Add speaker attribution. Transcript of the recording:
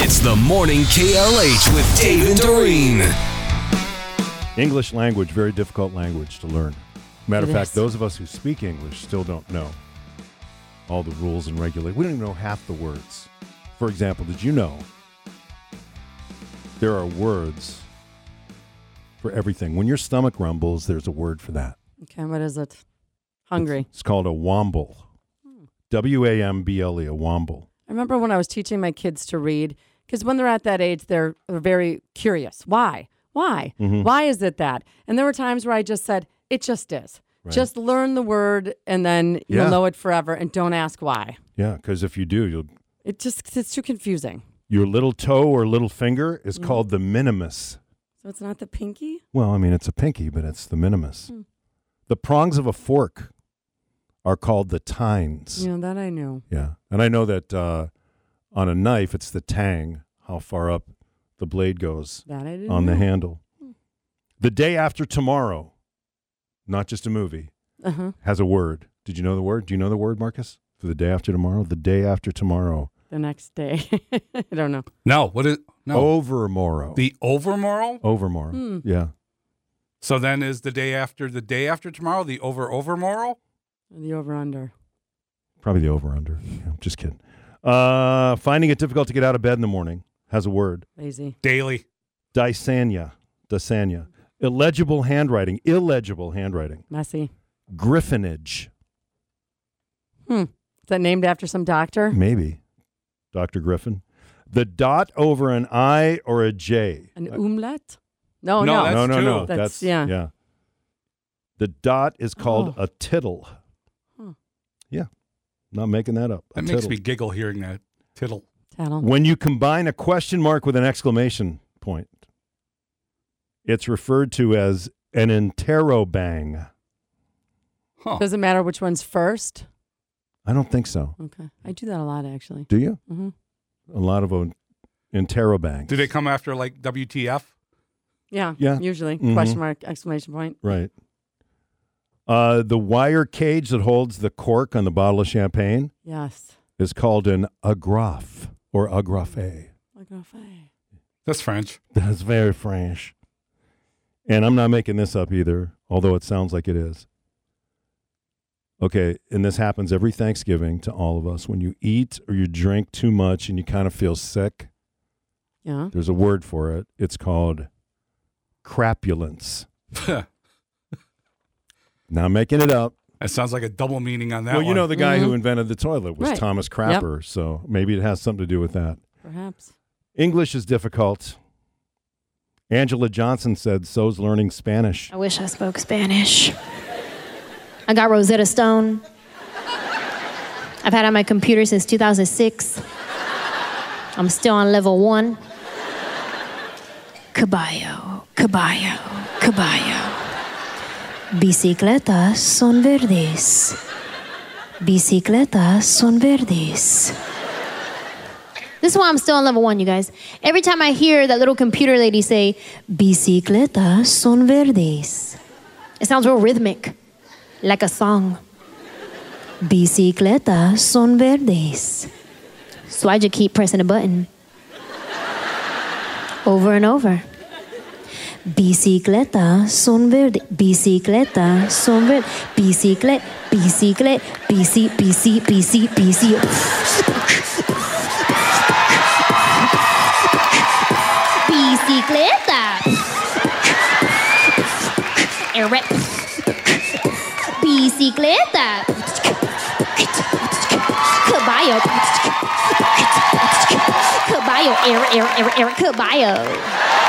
Speaker 1: It's the Morning KLH with Dave and Doreen.
Speaker 2: English language, very difficult language to learn. Matter of
Speaker 3: It
Speaker 2: fact,
Speaker 3: is.
Speaker 2: those of us who speak English still don't know all the rules and regulations. We don't even know half the words. For example, did you know there are words for everything? When your stomach rumbles, there's a word for that.
Speaker 3: Okay, what is it? Hungry.
Speaker 2: It's called a womble. W A M B L E, a womble.
Speaker 3: I remember when I was teaching my kids to read, because when they're at that age, they're, they're very curious. Why? Why?
Speaker 2: Mm-hmm.
Speaker 3: Why is it that? And there were times where I just said, it just is. Just learn the word and then
Speaker 2: Yeah.
Speaker 3: you'll know it forever and don't ask why.
Speaker 2: Yeah, because if you do, you'll,
Speaker 3: It just, it's too confusing.
Speaker 2: your little toe or little finger
Speaker 3: Mm.
Speaker 2: is called the minimus.
Speaker 3: So it's not the pinky?
Speaker 2: Well, I mean, it's a pinky, but it's the minimus. The prongs of a fork are called the tines.
Speaker 3: Yeah, that I knew.
Speaker 2: Yeah. And I know that uh, on a knife, it's the tang, how far up the blade goes
Speaker 3: That I didn't
Speaker 2: on the
Speaker 3: know.
Speaker 2: handle. The day after tomorrow, not just a movie,
Speaker 3: Uh-huh.
Speaker 2: has a word. Did you know the word? Do you know the word, Marcus? For the day after tomorrow? The day after tomorrow.
Speaker 3: The next day. I don't know.
Speaker 4: No, what is no
Speaker 2: Overmorrow.
Speaker 4: the overmorrow?
Speaker 2: Overmorrow. Yeah.
Speaker 4: So then is the day after the day after tomorrow the over overmorrow?
Speaker 3: The over under.
Speaker 2: Probably the over under. Yeah, just kidding. Uh, finding it difficult to get out of bed in the morning has a word.
Speaker 3: Lazy.
Speaker 4: Daily.
Speaker 2: Dysania. Dysania. Illegible handwriting. Illegible handwriting.
Speaker 3: Messy.
Speaker 2: Griffinage.
Speaker 3: Hmm. Is that named after some doctor?
Speaker 2: Maybe. Dr. Griffin. The dot over an I or a J. Uh,
Speaker 3: An omelette? No,
Speaker 4: No,
Speaker 3: no.
Speaker 4: that's-
Speaker 2: no, no, no.
Speaker 4: two.
Speaker 3: That's- yeah.
Speaker 2: Yeah. The dot is called
Speaker 3: Oh.
Speaker 2: a tittle.
Speaker 3: Hmm.
Speaker 2: Yeah. Not making that up. A
Speaker 4: That makes
Speaker 2: tittle.
Speaker 4: me giggle hearing that. Tittle.
Speaker 3: Tattle.
Speaker 2: When you combine a question mark with an exclamation point, it's referred to as an interrobang.
Speaker 4: Huh.
Speaker 3: Doesn't matter which one's first.
Speaker 2: I don't think so.
Speaker 3: Okay. I do that a lot, actually.
Speaker 2: Do you?
Speaker 3: Mhm.
Speaker 2: A lot of uh, interrobangs.
Speaker 4: Do they come after like WTF?
Speaker 3: Yeah.
Speaker 2: Yeah.
Speaker 3: Usually.
Speaker 4: Mm-hmm.
Speaker 2: Mhm.
Speaker 3: Question mark, exclamation point.
Speaker 2: Right. Uh, the wire cage that holds the cork on the bottle of champagne
Speaker 3: Yes.
Speaker 2: is called an agrafe or agrafe.
Speaker 3: Like a fay.
Speaker 4: That's French.
Speaker 2: That's very French. And I'm not making this up either, although it sounds like it is. Okay, and this happens every Thanksgiving to all of us. When you eat or you drink too much and you kind of feel sick,
Speaker 3: Yeah.
Speaker 2: there's a word for it. It's called crapulence.
Speaker 4: that
Speaker 2: Not making it up.
Speaker 4: sounds like a double meaning on that
Speaker 2: well, you
Speaker 4: one. Mm-hmm.
Speaker 2: know the guy who
Speaker 3: Mhm.
Speaker 2: invented the toilet was
Speaker 3: Right.
Speaker 2: Thomas Crapper, so maybe it has something to do with that.
Speaker 3: Perhaps.
Speaker 2: English is difficult. Angela Johnson said so's learning Spanish.
Speaker 5: I wish I spoke Spanish. I got Rosetta Stone. I've had it on my computer since 2006. I'm still on level one. Caballo, caballo, caballo. Bicicletas son verdes. Bicicletas son verdes. This is why I'm still on level one, you guys. Every time I hear that little computer lady say, Bicicletas son verdes, it sounds real rhythmic, like a song. Bicicletas son verdes. So I just keep pressing a button over and over. Bicicletas son verdes. Bicicletas son verdes. Biciclet, biciclet, bici, bici, bici, bici. Bicicleta. Air rep. Bicicleta. Caballo. Caballo. Air, air, air, air. Caballo.